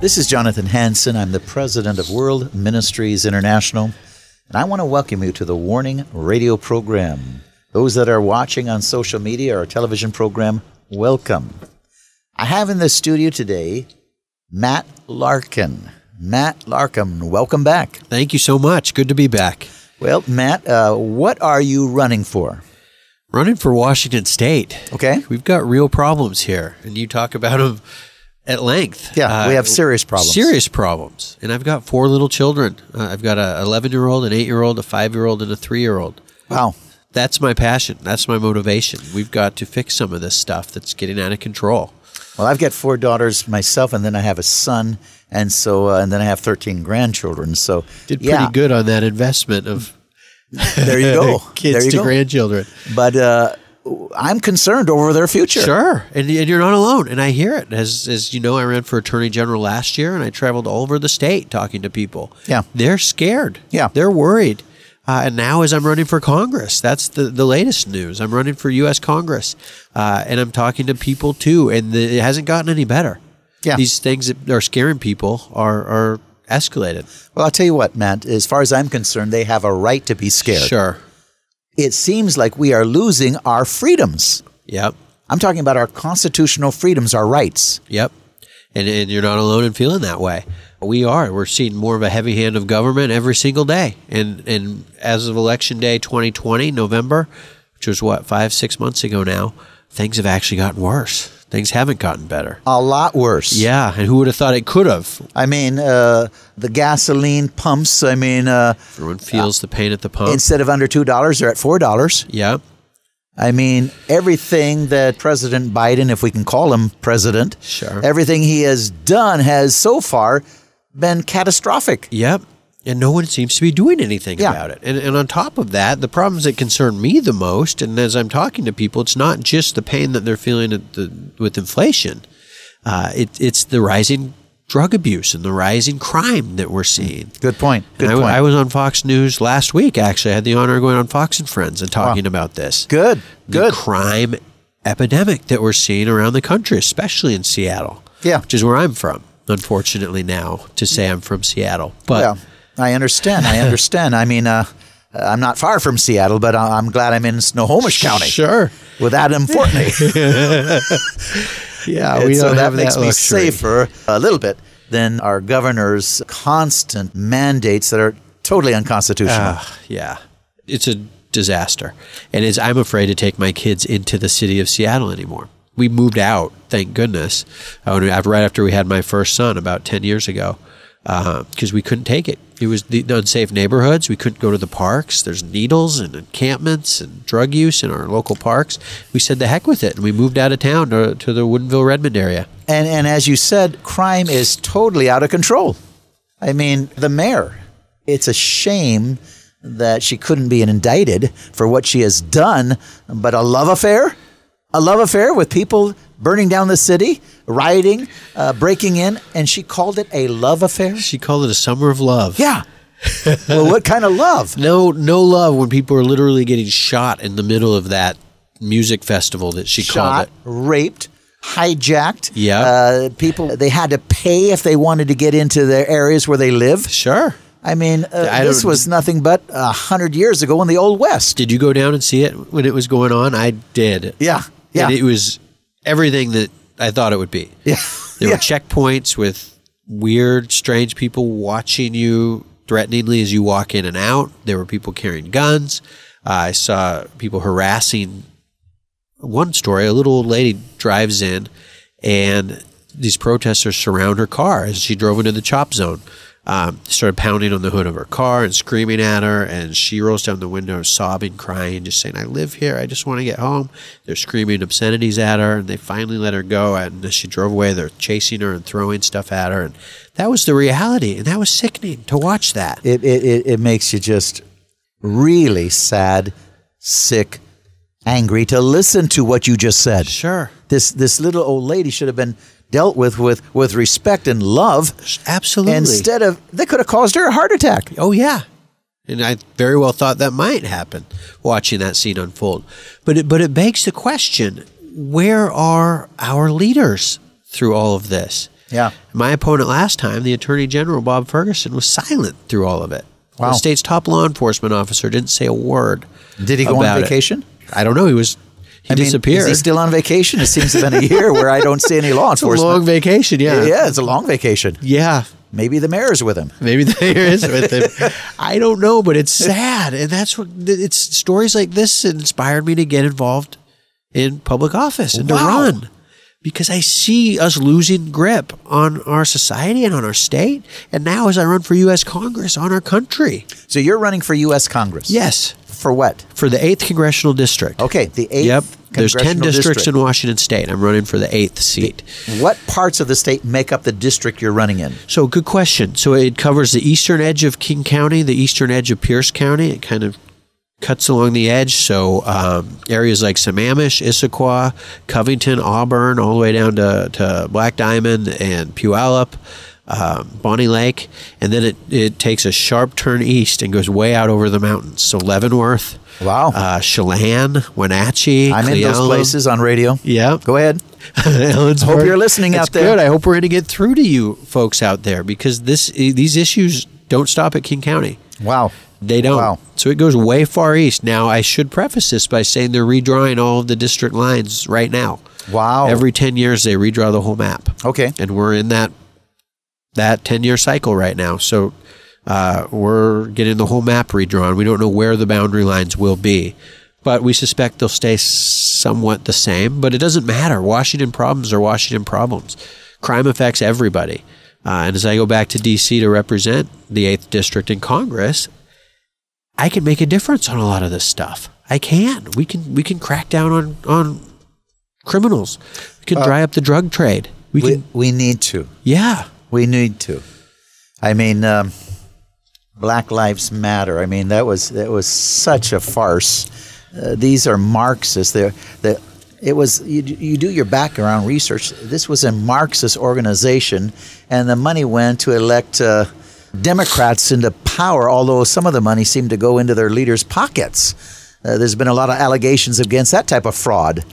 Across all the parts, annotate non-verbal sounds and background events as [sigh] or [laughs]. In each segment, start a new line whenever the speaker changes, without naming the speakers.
This is Jonathan Hanson. I'm the president of World Ministries International, and I want to welcome you to the Warning Radio program. Those that are watching on social media or television program, welcome. I have in the studio today Matt Larkin. Matt Larkin, welcome back.
Thank you so much. Good to be back.
Well, Matt, uh, what are you running for?
Running for Washington State.
Okay.
We've got real problems here, and you talk about them at length.
Yeah,
Uh,
we have serious problems.
Serious problems. And I've got four little children. Uh, I've got a 11 year old, an 8 year old, a 5 year old, and a 3 year old.
Wow.
That's my passion. That's my motivation. We've got to fix some of this stuff that's getting out of control.
Well, I've got four daughters myself, and then I have a son, and so uh, and then I have thirteen grandchildren. So
Did pretty
yeah,
good on that investment of
There
[laughs]
you go.
kids
there you
to
go.
grandchildren.
But uh, I'm concerned over their future.
Sure, and, and you're not alone. And I hear it as as you know. I ran for attorney general last year, and I traveled all over the state talking to people.
Yeah.
they're scared.
Yeah.
they're worried. Uh, and now, as I'm running for Congress, that's the, the latest news. I'm running for U.S. Congress, uh, and I'm talking to people too, and the, it hasn't gotten any better.
Yeah.
these things that are scaring people are are escalated.
Well, I'll tell you what, Matt. As far as I'm concerned, they have a right to be scared.
Sure.
It seems like we are losing our freedoms.
Yep.
I'm talking about our constitutional freedoms, our rights.
Yep. And, and you're not alone in feeling that way. We are. We're seeing more of a heavy hand of government every single day. And and as of election day 2020, November, which was what, five, six months ago now, things have actually gotten worse. Things haven't gotten better.
A lot worse.
Yeah. And who would have thought it could have?
I mean, uh, the gasoline pumps. I mean, uh,
Everyone feels the pain at the pump.
instead of under two dollars, they're at four dollars.
Yep.
I mean, everything that President Biden, if we can call him president,
Sure.
everything he has done has so far been catastrophic.
Yep. And no one seems to be doing anything
Yeah.
about it. And, and on top of that, the problems that concern me the most, and as I'm talking to people, it's not just the pain that they're feeling at the, with inflation. Uh, it, it's the rising drug abuse and the rising crime that we're seeing.
Good point.
And
Good
I,
point.
w- I was on Fox News last week, actually. I had the honor of going on Fox and Friends and talking about this.
good.
The
Good.
crime epidemic that we're seeing around the country, especially in Seattle.
Yeah.
Which is where I'm from, unfortunately, now to say I'm from Seattle. But
yeah, I understand. I understand. I mean, uh, I'm not far from Seattle, but I- I'm glad I'm in Snohomish County
Sure.
with
[laughs]
Adam Fortney.
Yeah,
And so that makes me safer a little bit than our governor's constant mandates that are totally unconstitutional.
Ah. yeah, it's a disaster, and it's, I'm afraid to take my kids into the city of Seattle anymore. We moved out, thank goodness, uh, when we- right after we had my first son about ten years ago, because we couldn't take it. It was the the unsafe neighborhoods. We couldn't go to the parks. There's needles and encampments and drug use in our local parks. We said the heck with it, and we moved out of town to, to the Woodinville Redmond area.
And and as you said, crime is totally out of control. I mean, the mayor. It's a shame that she couldn't be indicted for what she has done, but a love affair, a love affair with people burning down the city, rioting, uh, breaking in, and she called it a love affair.
She called it a summer of love.
Yeah. well, what kind of love?
No, no love when people are literally getting shot in the middle of that music festival that [laughs] she
Shot,
called it.
raped, hijacked.
Yeah.
Uh, people they had to pay if they wanted to get into their areas where they live.
Sure.
I mean, uh,
I
this
don't-
was nothing but a hundred years ago in the old west.
Did you go down and see it when it was going on? I did.
Yeah, yeah,
And it was everything that I thought it would be.
yeah.
There
yeah.
were checkpoints with weird, strange people watching you threateningly as you walk in and out. There were people carrying guns. I saw people harassing. One story: a little old lady drives in, and these protesters surround her car as she drove into the chop zone. Um, started pounding on the hood of her car and screaming at her, and she rolls down the window, sobbing, crying, just saying, "I live here. I just want to get home." They're screaming obscenities at her, and they finally let her go. And as she drove away, they're chasing her and throwing stuff at her, and that was the reality, and that was sickening to watch that.
It, it, it, it makes you just really sad, sick, angry to listen to what you just said.
Sure,
This this little old lady should have been dealt with with, with respect and love
absolutely.
instead of they could have caused her a heart attack.
Oh yeah, and I very well thought that might happen watching that scene unfold. But it, but it begs the question: Where are our leaders through all of this?
Yeah.
My opponent last time, the Attorney General Bob Ferguson, was silent through all of it.
Wow.
The state's top law enforcement officer didn't say a word.
Did he go
about
on
it.
vacation?
I don't know. He was he
I mean,
disappeared.
Is he still on vacation? It seems to have been a year where I don't see any law
[laughs] it's a
enforcement.
long vacation. Yeah.
yeah, it's a long vacation.
Yeah.
Maybe the mayor's with him.
Maybe [laughs] there is with him. I don't know, but it's sad, and that's what it's stories like this that inspired me to get involved in public office and
Wow.
to run because I see us losing grip on our society and on our state, and now as I run for U.S. Congress on our country.
So you're running for U.S. Congress.
Yes,
For what?
for the eighth congressional district.
Okay, the eighth.
Yep. There's ten
congressional
districts
district.
in Washington State. I'm running for the eighth seat.
What parts of the state make up the district you're running in?
So, good question. So, it covers the eastern edge of King County, the eastern edge of Pierce County. It kind of cuts along the edge. So, um, areas like Sammamish, Issaquah, Covington, Auburn, all the way down to, to Black Diamond and Puyallup, um, Bonnie Lake. And then it, it takes a sharp turn east and goes way out over the mountains. So, Leavenworth,
Wow.
uh, Chelan, Wenatchee,
I'm in those
Clealum.
places on radio.
Yeah.
Go ahead.
[laughs] Ellensburg.
Hope you're listening
That's
out there.
Good. I hope we're going to get through to you folks out there because this these issues don't stop at King County.
Wow.
They don't.
Wow.
So it goes way far east. Now I should preface this by saying they're redrawing all of the district lines right now.
Wow.
Every ten years they redraw the whole map.
Okay.
And we're in that that ten year cycle right now. So uh, we're getting the whole map redrawn. We don't know where the boundary lines will be, but we suspect they'll stay somewhat the same. But it doesn't matter. Washington problems are Washington problems. Crime affects everybody. Uh, and as I go back to D.C. to represent the Eighth District in Congress, I can make a difference on a lot of this stuff. I can. We can. We can crack down on on criminals. We can dry up the drug trade. We
We,
can.
we, need to.
Yeah.
We need to. I mean, um, Black Lives Matter. I mean, that was that was such a farce. Uh, these are Marxists. They're, they it was you, d- you do your background research. This was a Marxist organization, and the money went to elect uh, Democrats into power. Although some of the money seemed to go into their leaders' pockets. Uh, there's been a lot of allegations against that type of fraud.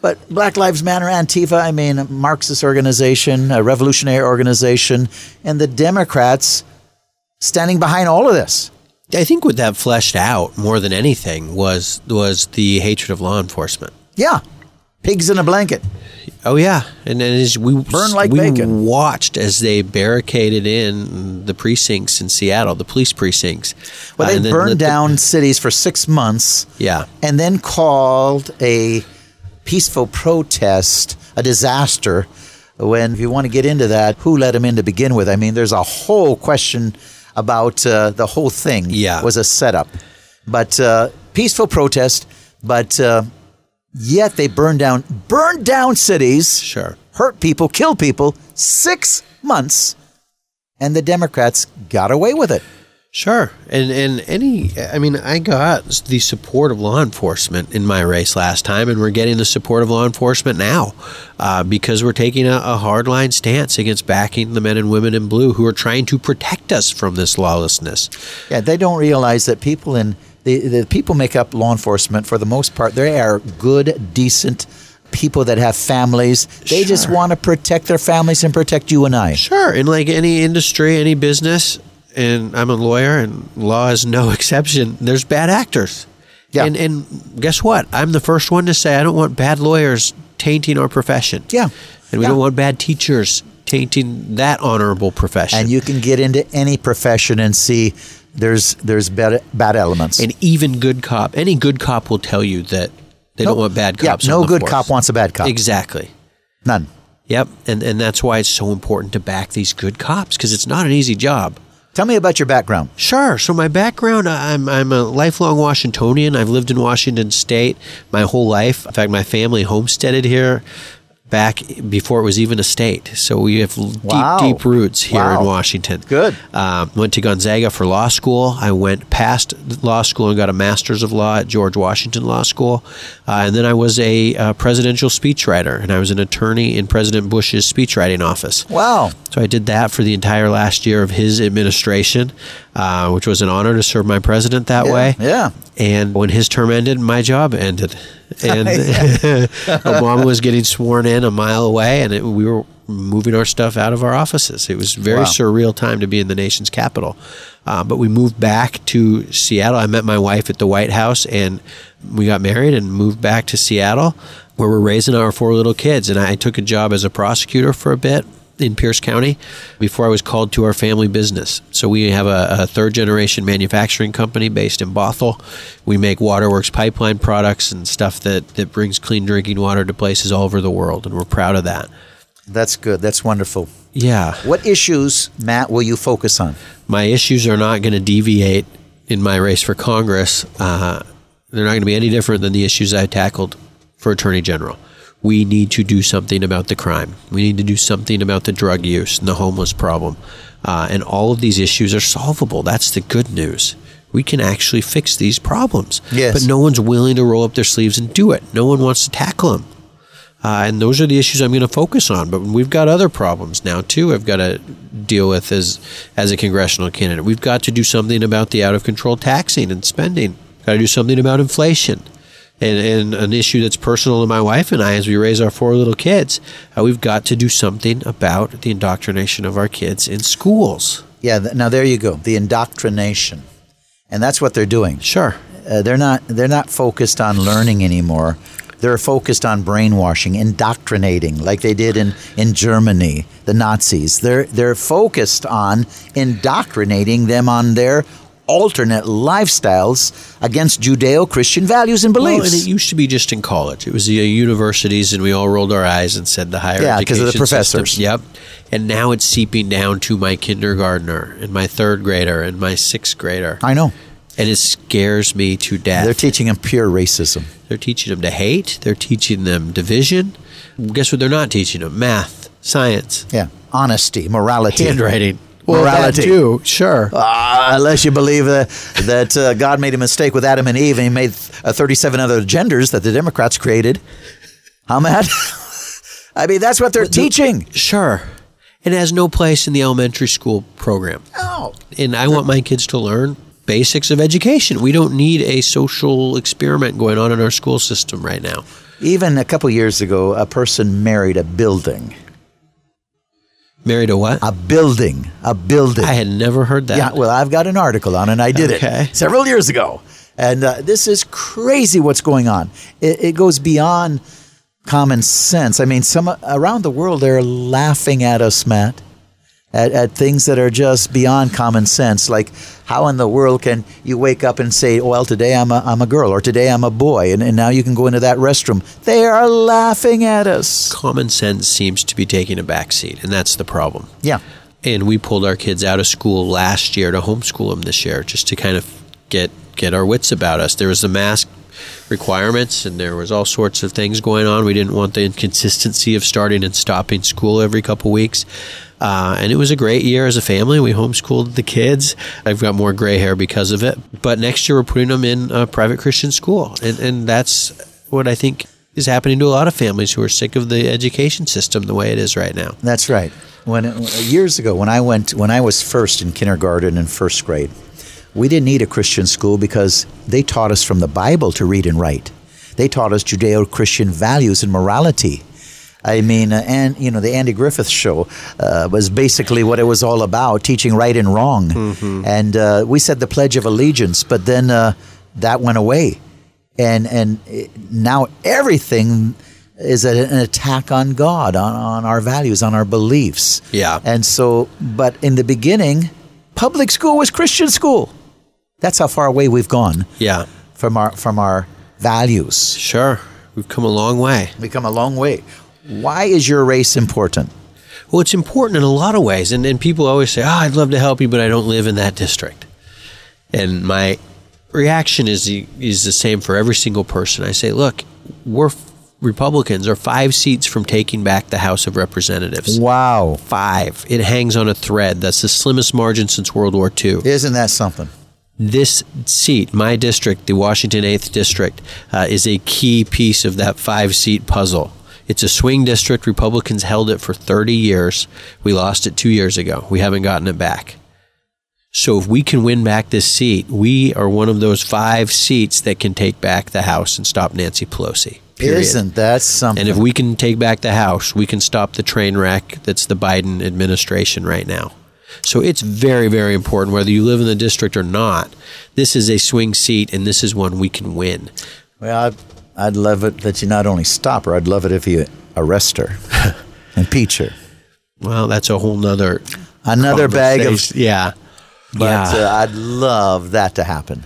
But Black Lives Matter, Antifa, I mean, a Marxist organization, a revolutionary organization, and the Democrats standing behind all of this.
I think what that fleshed out more than anything was was the hatred of law enforcement.
Yeah. Pigs in a blanket.
Oh yeah, and then as we
Burn like
we
bacon.
watched as they barricaded in the precincts in Seattle, the police precincts.
Well,
Uh,
they
and then let
burned
the-
down cities for six months
yeah,
and then called a peaceful protest a disaster. When, if you want to get into that, who let them in to begin with? I mean, there's a whole question about uh, the whole thing
Yeah.
was a setup. But uh, peaceful protest, but uh, yet they burned down, burned down cities.
sure.
hurt people, kill people, six months, and the Democrats got away with it.
Sure, and and any, I mean, I got the support of law enforcement in my race last time, and we're getting the support of law enforcement now, uh, because we're taking a, a hardline stance against backing the men and women in blue who are trying to protect us from this lawlessness.
Yeah, they don't realize that people in the, the people make up law enforcement for the most part. They are good, decent people that have families. They just
Sure.
want to protect their families and protect you and I.
Sure, in like any industry, any business, and I'm a lawyer, and law is no [laughs] exception. There's bad actors.
Yeah.
And, and guess what? I'm the first one to say I don't want bad lawyers tainting our profession.
Yeah.
And we
Yeah.
don't want bad teachers tainting that honorable profession.
And you can get into any profession and see there's there's bad, bad elements.
And even good cop, any good cop will tell you that they don't
No-
want bad
yeah,
cops.
no
on the
good
force.
cop wants a bad cop.
Exactly.
None.
Yep. And and that's why it's so important to back these good cops because it's not an easy job.
Tell me about your background.
Sure. So my background, I- I'm I'm a lifelong Washingtonian. I've lived in Washington State my whole life. In fact, my family homesteaded here back before it was even a state. So we have l-
Wow.
deep deep roots here
Wow.
in Washington.
Good.
Um, went to Gonzaga for law school. I went past law school and got a master's of law at George Washington Law School. Uh, and then I was a uh, presidential speechwriter, and I was an attorney in President Bush's speechwriting office.
Wow.
So I did that for the entire last year of his administration, uh, which was an honor to serve my president that way.
Yeah.
And when his term ended, my
[laughs]
job ended, and [laughs] Obama was getting sworn in a mile away, and it, we were moving our stuff out of our offices. It was a very
Wow.
surreal time to be in the nation's capital. Uh, but we moved back to Seattle. I met my wife at the White House, and we got married and moved back to Seattle, where we're raising our four little kids. And I took a job as a prosecutor for a bit in Pierce County before I was called to our family business. So we have a, a third generation manufacturing company based in Bothell. We make waterworks pipeline products and stuff that, that brings clean drinking water to places all over the world, and we're proud of that.
That's good. That's wonderful.
Yeah.
What issues, Matt, will you focus on?
my issues are not going to deviate in my race for Congress. Uh, they're not going to be any different than the issues I tackled for Attorney General. We need to do something about the crime. We need to do something about the drug use and the homeless problem. Uh, and all of these issues are solvable. That's the good news. We can actually fix these problems.
Yes.
But no one's willing to roll up their sleeves and do it. No one wants to tackle them. Uh, and those are the issues I'm going to focus on. But we've got other problems now too. I've got to deal with as as a congressional candidate. We've got to do something about the out of control taxing and spending. Got to do something about inflation, and and an issue that's personal to my wife and I as we raise our four little kids. Uh, we've got to do something about the indoctrination of our kids in schools.
Yeah, th- now there you go. The indoctrination. And that's what they're doing.
Sure.
Uh, they're not they're not focused on learning anymore. They're focused on brainwashing, indoctrinating like they did in, in Germany, the Nazis. They're they're focused on indoctrinating them on their alternate lifestyles against Judeo-Christian values and
Well,
beliefs.
and it used to be just in college. It was the uh, universities, and we all rolled our eyes and said the higher
Yeah, 'cause
education
of the
system.
professors.
Yep. And now it's seeping down to my kindergartner and my third grader and my sixth grader,
I know.
and it scares me to death.
They're teaching them pure racism.
They're teaching them to hate. They're teaching them division. Guess what? They're not teaching them math, science,
Yeah. Honesty, morality.
handwriting,
Morality.
that too. Sure.
Ah, unless you believe uh, that uh, God made a mistake with Adam and Eve and he made uh, 37 other genders that the Democrats created. How mad? [laughs] I mean, that's what they're teaching.
Sure. It has no place in the elementary school program.
No.
and I want my kids to learn basics of education. We don't need a social experiment going on in our school system right now.
Even a couple years ago, a person married a building.
Married to what?
A building. A building.
I had never heard that.
Yeah, well, I've got an article on it. and I did
Okay.
it several years ago, and uh, this is crazy. What's going on? It, it goes beyond common sense. I mean, some around the world they're laughing at us, Matt, at, at things that are just beyond common sense. Like, how in the world can you wake up and say, "Well, today I'm a I'm a girl," or "Today I'm a boy," and, and now you can go into that restroom? They are laughing at us.
Common sense seems to be taking a backseat, and that's the problem.
Yeah.
And we pulled our kids out of school last year to homeschool them this year, just to kind of get get our wits about us. There was the mask requirements, and there was all sorts of things going on. We didn't want the inconsistency of starting and stopping school every couple weeks. Uh, and it was a great year as a family. We homeschooled the kids. I've got more gray hair because of it. But next year we're putting them in a private Christian school, and and that's what I think is happening to a lot of families who are sick of the education system the way it is right now.
That's right. When years ago, when I went, when I was first in kindergarten and first grade, we didn't need a Christian school because they taught us from the Bible to read and write. They taught us Judeo-Christian values and morality. I mean, uh, and you know, the Andy Griffith Show uh, was basically what it was all about, teaching right and wrong. And uh, we said the Pledge of Allegiance, but then uh, that went away, and and it, now everything is a, an attack on God, on, on our values, on our beliefs.
Yeah.
And so, but in the beginning, public school was Christian school. That's how far away we've gone
Yeah.
from our from our values.
Sure. We've come a long way.
We've come a long way. Why is your race important?
Well, it's important in a lot of ways. And, and people always say, oh, I'd love to help you, but I don't live in that district. And my reaction is the, is the same for every single person. I say, look, we're f- Republicans are five seats from taking back the House of Representatives.
Wow.
Five. It hangs on a thread. That's the slimmest margin since World War II.
Isn't that something?
This seat, my district, the Washington 8th District, uh, is a key piece of that five seat puzzle. It's a swing district. Republicans held it for 30 years. We lost it two years ago. We haven't gotten it back. So if we can win back this seat, we are one of those five seats that can take back the House and stop Nancy Pelosi. Period.
Isn't that something?
And if we can take back the House, we can stop the train wreck that's the Biden administration right now. So it's very, very important whether you live in the district or not. This is a swing seat, and this is one we can win.
well, I'd, I'd love it that you not only stop her, I'd love it if you arrest
[laughs]
her, impeach her.
Well, that's a whole nother
Another bag of.
conversation. yeah.
But
yeah.
uh, I'd love that to happen.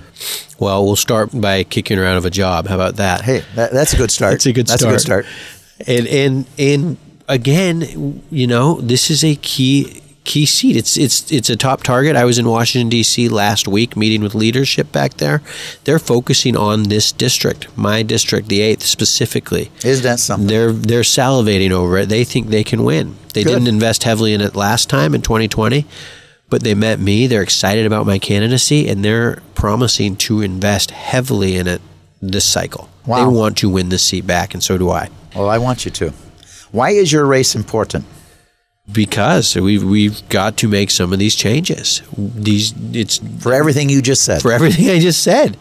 well, we'll start by kicking her out of a job. How about that?
Hey, that, that's a good start.
That's a good
That's a good
start.
start.
and and and again, you know, this is a key key seat. It's it's it's a top target. I was in Washington D.C. last week meeting with leadership back there. They're focusing on this district, my district, the eighth specifically.
Isn't that something?
They're they're salivating over it. They think they can win. They
Good.
didn't invest heavily in it last time in 2020, but they met me. They're excited about my candidacy, and they're promising to invest heavily in it this cycle.
Wow.
They want to win this seat back, and so do I.
Well, I want you to. Why is your race important?
because we've we've got to make some of these changes. These it's
For everything you just said.
for everything I just said.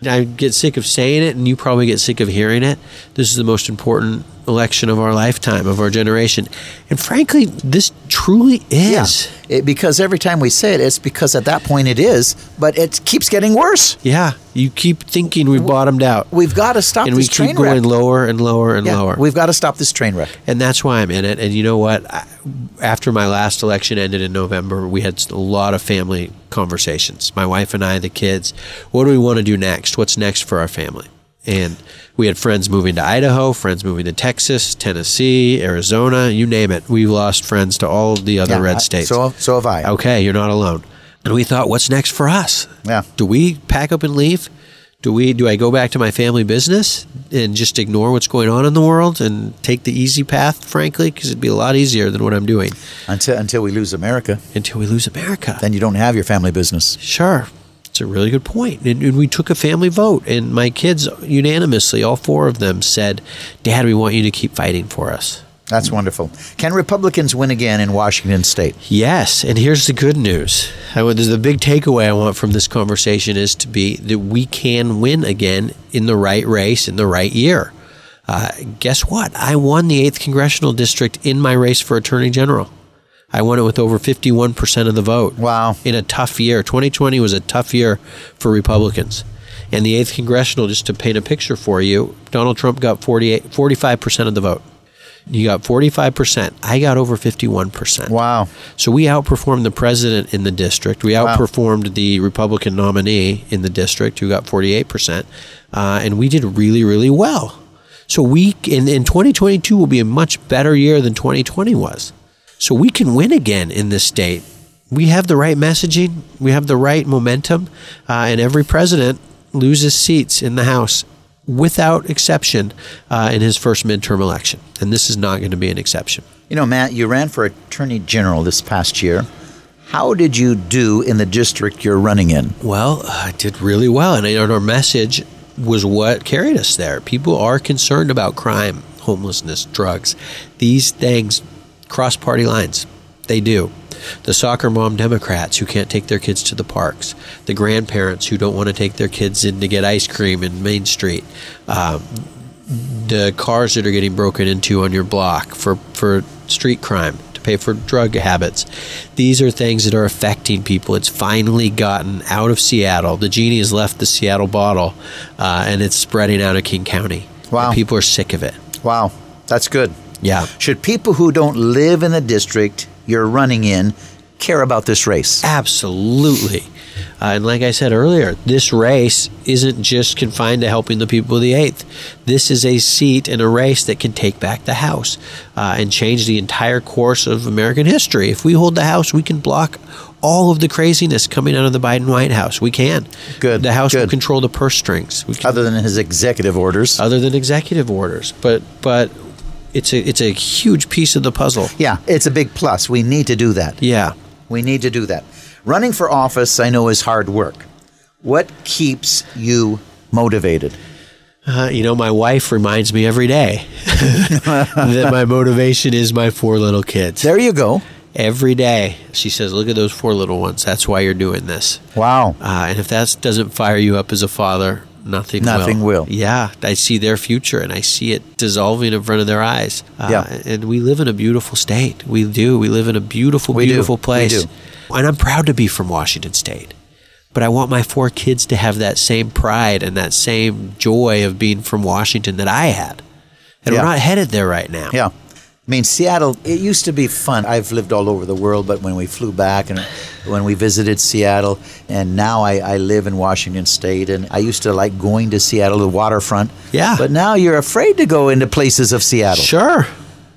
And I get sick of saying it, and you probably get sick of hearing it. This is the most important election of our lifetime, of our generation, and frankly, this truly is.
It, because every time we say it, it's because at that point it is, but it keeps getting worse.
Yeah, you keep thinking we bottomed out,
We've got to stop
and we
this
keep
train
going
wreck.
lower and lower and
Yeah,
lower.
We've got to stop this train wreck.
and that's why I'm in it. And you know what? I, after my last election ended in November, we had a lot of family conversations. My wife and I, the kids. What do we want to do next? What's next for our family? And we had friends moving to Idaho, friends moving to Texas, Tennessee, Arizona, you name it. We've lost friends to all the other
Yeah, I-
red states.
So, so have I.
okay, you're not alone. And we thought, what's next for us?
Yeah.
Do we pack up and leave? Do we do I go back to my family business and just ignore what's going on in the world and take the easy path, frankly, because it'd be a lot easier than what I'm doing
Until until we lose America,
until we lose America.
then you don't have your family business.
Sure. It's a really good point. And, and we took a family vote, and my kids unanimously, all four of them, said, Dad, we want you to keep fighting for us.
That's wonderful. Can Republicans win again in Washington State?
Yes, and here's the good news. I want, the big takeaway I want from this conversation is to be that we can win again in the right race in the right year. Uh, guess what? I won the eighth congressional district in my race for attorney general. I won it with over 51% of the vote.
Wow.
In a tough year. 2020 was a tough year for Republicans. And the 8th congressional, just to paint a picture for you, Donald Trump got 48, 45% of the vote. You got 45%. I got over 51%.
Wow.
So we outperformed the president in the district. We outperformed the Republican nominee in the district, who got 48%. Uh, and we did really, really well. So we, in, in 2022, will be a much better year than 2020 was. So we can win again in this state. We have the right messaging, we have the right momentum, uh, and every president loses seats in the House without exception uh, in his first midterm election. And this is not going to be an exception.
You know, Matt, you ran for Attorney General this past year. How did you do in the district you're running in?
Well, I did really well, and, I- and our message was what carried us there. People are concerned about crime, homelessness, drugs. These things cross party lines. They do. The soccer mom Democrats who can't take their kids to the parks, the grandparents who don't want to take their kids in to get ice cream in Main Street, the cars that are getting broken into on your block for, for street crime, to pay for drug habits. These are things that are affecting people. It's finally gotten out of Seattle. The genie has left the Seattle bottle uh, and it's spreading out of King County.
Wow.
And people are sick of it.
Wow, that's good.
Yeah.
Should people who don't live in the district you're running in care about this race?
Absolutely. Uh, and like I said earlier, this race isn't just confined to helping the people of the 8th. This is a seat in a race that can take back the House uh, and change the entire course of American history. If we hold the House, we can block all of the craziness coming out of the Biden White House. We can.
Good,
The House will
good.
control the purse strings. We can
Other than his executive orders.
other than executive orders. But but it's a it's a huge piece of the puzzle.
yeah, it's a big plus. We need to do that.
Yeah.
We need to do that. Running for office, I know, is hard work. What keeps you motivated?
Uh, you know, my wife reminds me every day that my motivation is my four little kids.
There you go.
Every day, she says, "Look at those four little ones. That's why you're doing this."
Wow.
Uh, and if that doesn't fire you up as a father, nothing.
Nothing will.
Yeah, I see their future, and I see it dissolving in front of their eyes. Uh,
Yeah.
and we live in a beautiful state. We do. We live in a beautiful,
We do.
beautiful
We
place.
do.
And I'm proud to be from Washington State. But I want my four kids to have that same pride and that same joy of being from Washington that I had. And
Yeah.
we're not headed there right now.
Yeah. I mean, Seattle, it used to be fun. I've lived all over the world, but when we flew back and when we visited Seattle, and now I, I live in Washington State, and I used to like going to Seattle, the waterfront.
Yeah.
But now you're afraid to go into places of Seattle
Sure.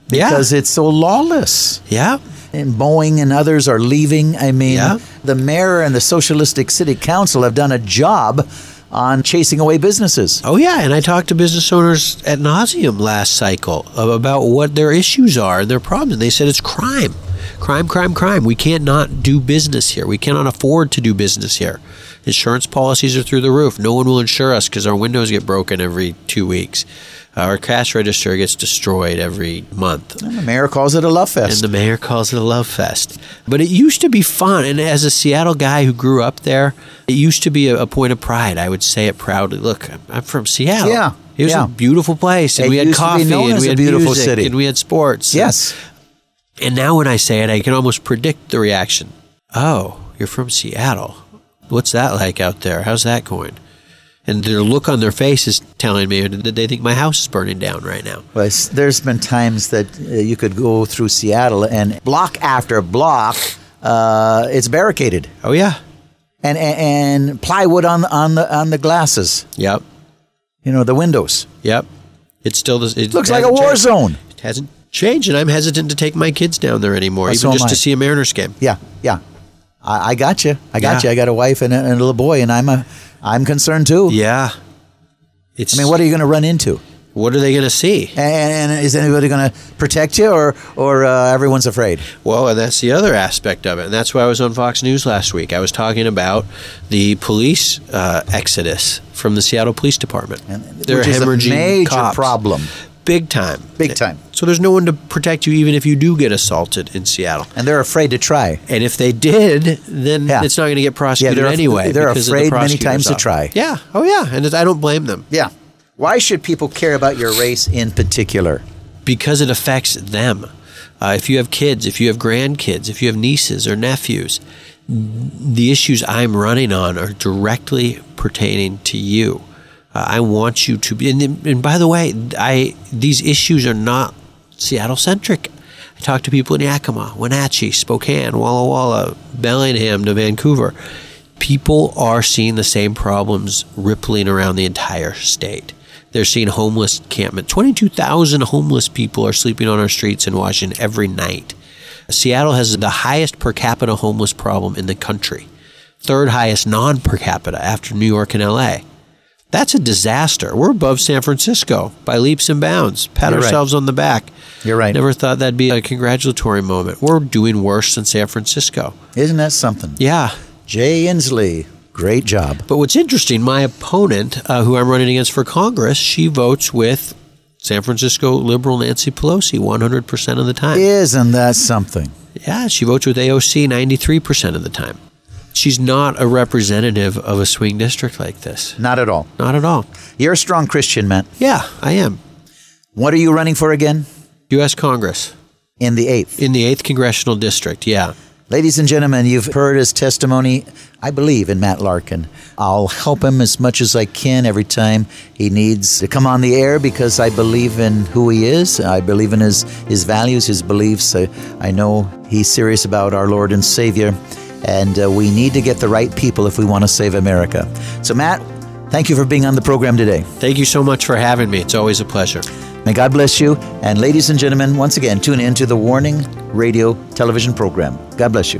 because it's so lawless.
yeah. Yeah.
And Boeing and others are leaving. I mean,
Yeah.
the mayor and the Socialistic City Council have done a job on chasing away businesses.
Oh yeah, and I talked to business owners at nauseum last cycle of- about what their issues are and their problems. And they said it's crime, crime, crime, crime. We can't not do business here. We cannot afford to do business here. Insurance policies are through the roof. No one will insure us because our windows get broken every two weeks. Our cash register gets destroyed every month.
The mayor calls it a love
And
fest.
Oh. the mayor calls it a love fest. But it used to be fun. And as a Seattle guy who grew up there, it used to be a, a point of pride. I would say it proudly. Look, I'm, I'm from Seattle.
Yeah,
It was
yeah.
a beautiful place. And
It
we had
used to be
coffee
known
and
as
we
a
had
beautiful
music
city.
and we had sports.
yes.
And now when I say it, I can almost predict the reaction. Oh, you're from Seattle. What's that like out there? How's that going? And their look on their face is telling me that they think my house is burning down right now.
Well, it's- there's been times that uh, you could go through Seattle and block after block, uh, it's barricaded
Oh, yeah.
and, and and plywood on the on the on the glasses.
Yep.
You know the windows.
Yep. It's still this. It
Looks like a
hasn't
war
changed.
zone.
It hasn't changed, and I'm hesitant to take my kids down there anymore,
Oh,
even
so am
just
I.
to see a Mariners game.
Yeah, yeah. I, I got you. I got
Yeah.
you. I got a wife and a, and a little boy, and I'm a I'm concerned too.
Yeah. It's.
I mean, what are you going to run into?
what are they going to see?
And, and is anybody going to protect you, or or uh, everyone's afraid?
Well, and that's the other aspect of it. And that's why I was on Fox News last week. I was talking about the police uh, exodus from the Seattle Police Department. They're
Which is a
hemorrhaging
major
cops.
problem.
Big time.
Big time.
So there's no one to protect you, even if you do get assaulted in Seattle.
And they're afraid to try.
And if they did, then
Yeah.
it's not going to get prosecuted
Yeah, they're af-
anyway.
they're
because of the
afraid many
prosecutor's
times to
office.
try.
Yeah. Oh, yeah. And it- I don't blame them
Yeah. Why should people care about your race in particular?
because it affects them. Uh, if you have kids, if you have grandkids, if you have nieces or nephews, the issues I'm running on are directly pertaining to you. Uh, I want you to be. And, and by the way, I these issues are not Seattle centric. I talk to people in Yakima, Wenatchee, Spokane, Walla Walla, Bellingham to Vancouver. People are seeing the same problems rippling around the entire state. They're seeing homeless encampment. 22,000 homeless people are sleeping on our streets in Washington every night. Seattle has the highest per capita homeless problem in the country, third highest non per capita after New York and LA. That's a disaster. We're above San Francisco by leaps and bounds. Pat
You're right.
ourselves on the back.
You're right.
Never thought that'd be a congratulatory moment. We're doing worse than San Francisco.
Isn't that something?
Yeah.
Jay Inslee, great job.
But what's interesting, my opponent, uh, who I'm running against for Congress, she votes with San Francisco liberal Nancy Pelosi 100% of the time.
Isn't that something?
Yeah, she votes with AOC 93% of the time. she's not a representative of a swing district like this.
Not at all.
Not at all.
You're a strong Christian, man.
Yeah, I am.
What are you running for again?
U.S. Congress
In the eighth.
in the 8th Congressional District. Yeah.
Ladies and gentlemen, you've heard his testimony, I believe, in Matt Larkin. I'll help him as much as I can every time he needs to come on the air because I believe in who he is. I believe in his, his values, his beliefs. I, I know he's serious about our Lord and Savior, and uh, we need to get the right people if we want to save America. So, Matt, thank you for being on the program today.
Thank you so much for having me. It's always a pleasure.
May God bless you. And, ladies and gentlemen, once again, tune in to the Warning Radio television program. God bless you.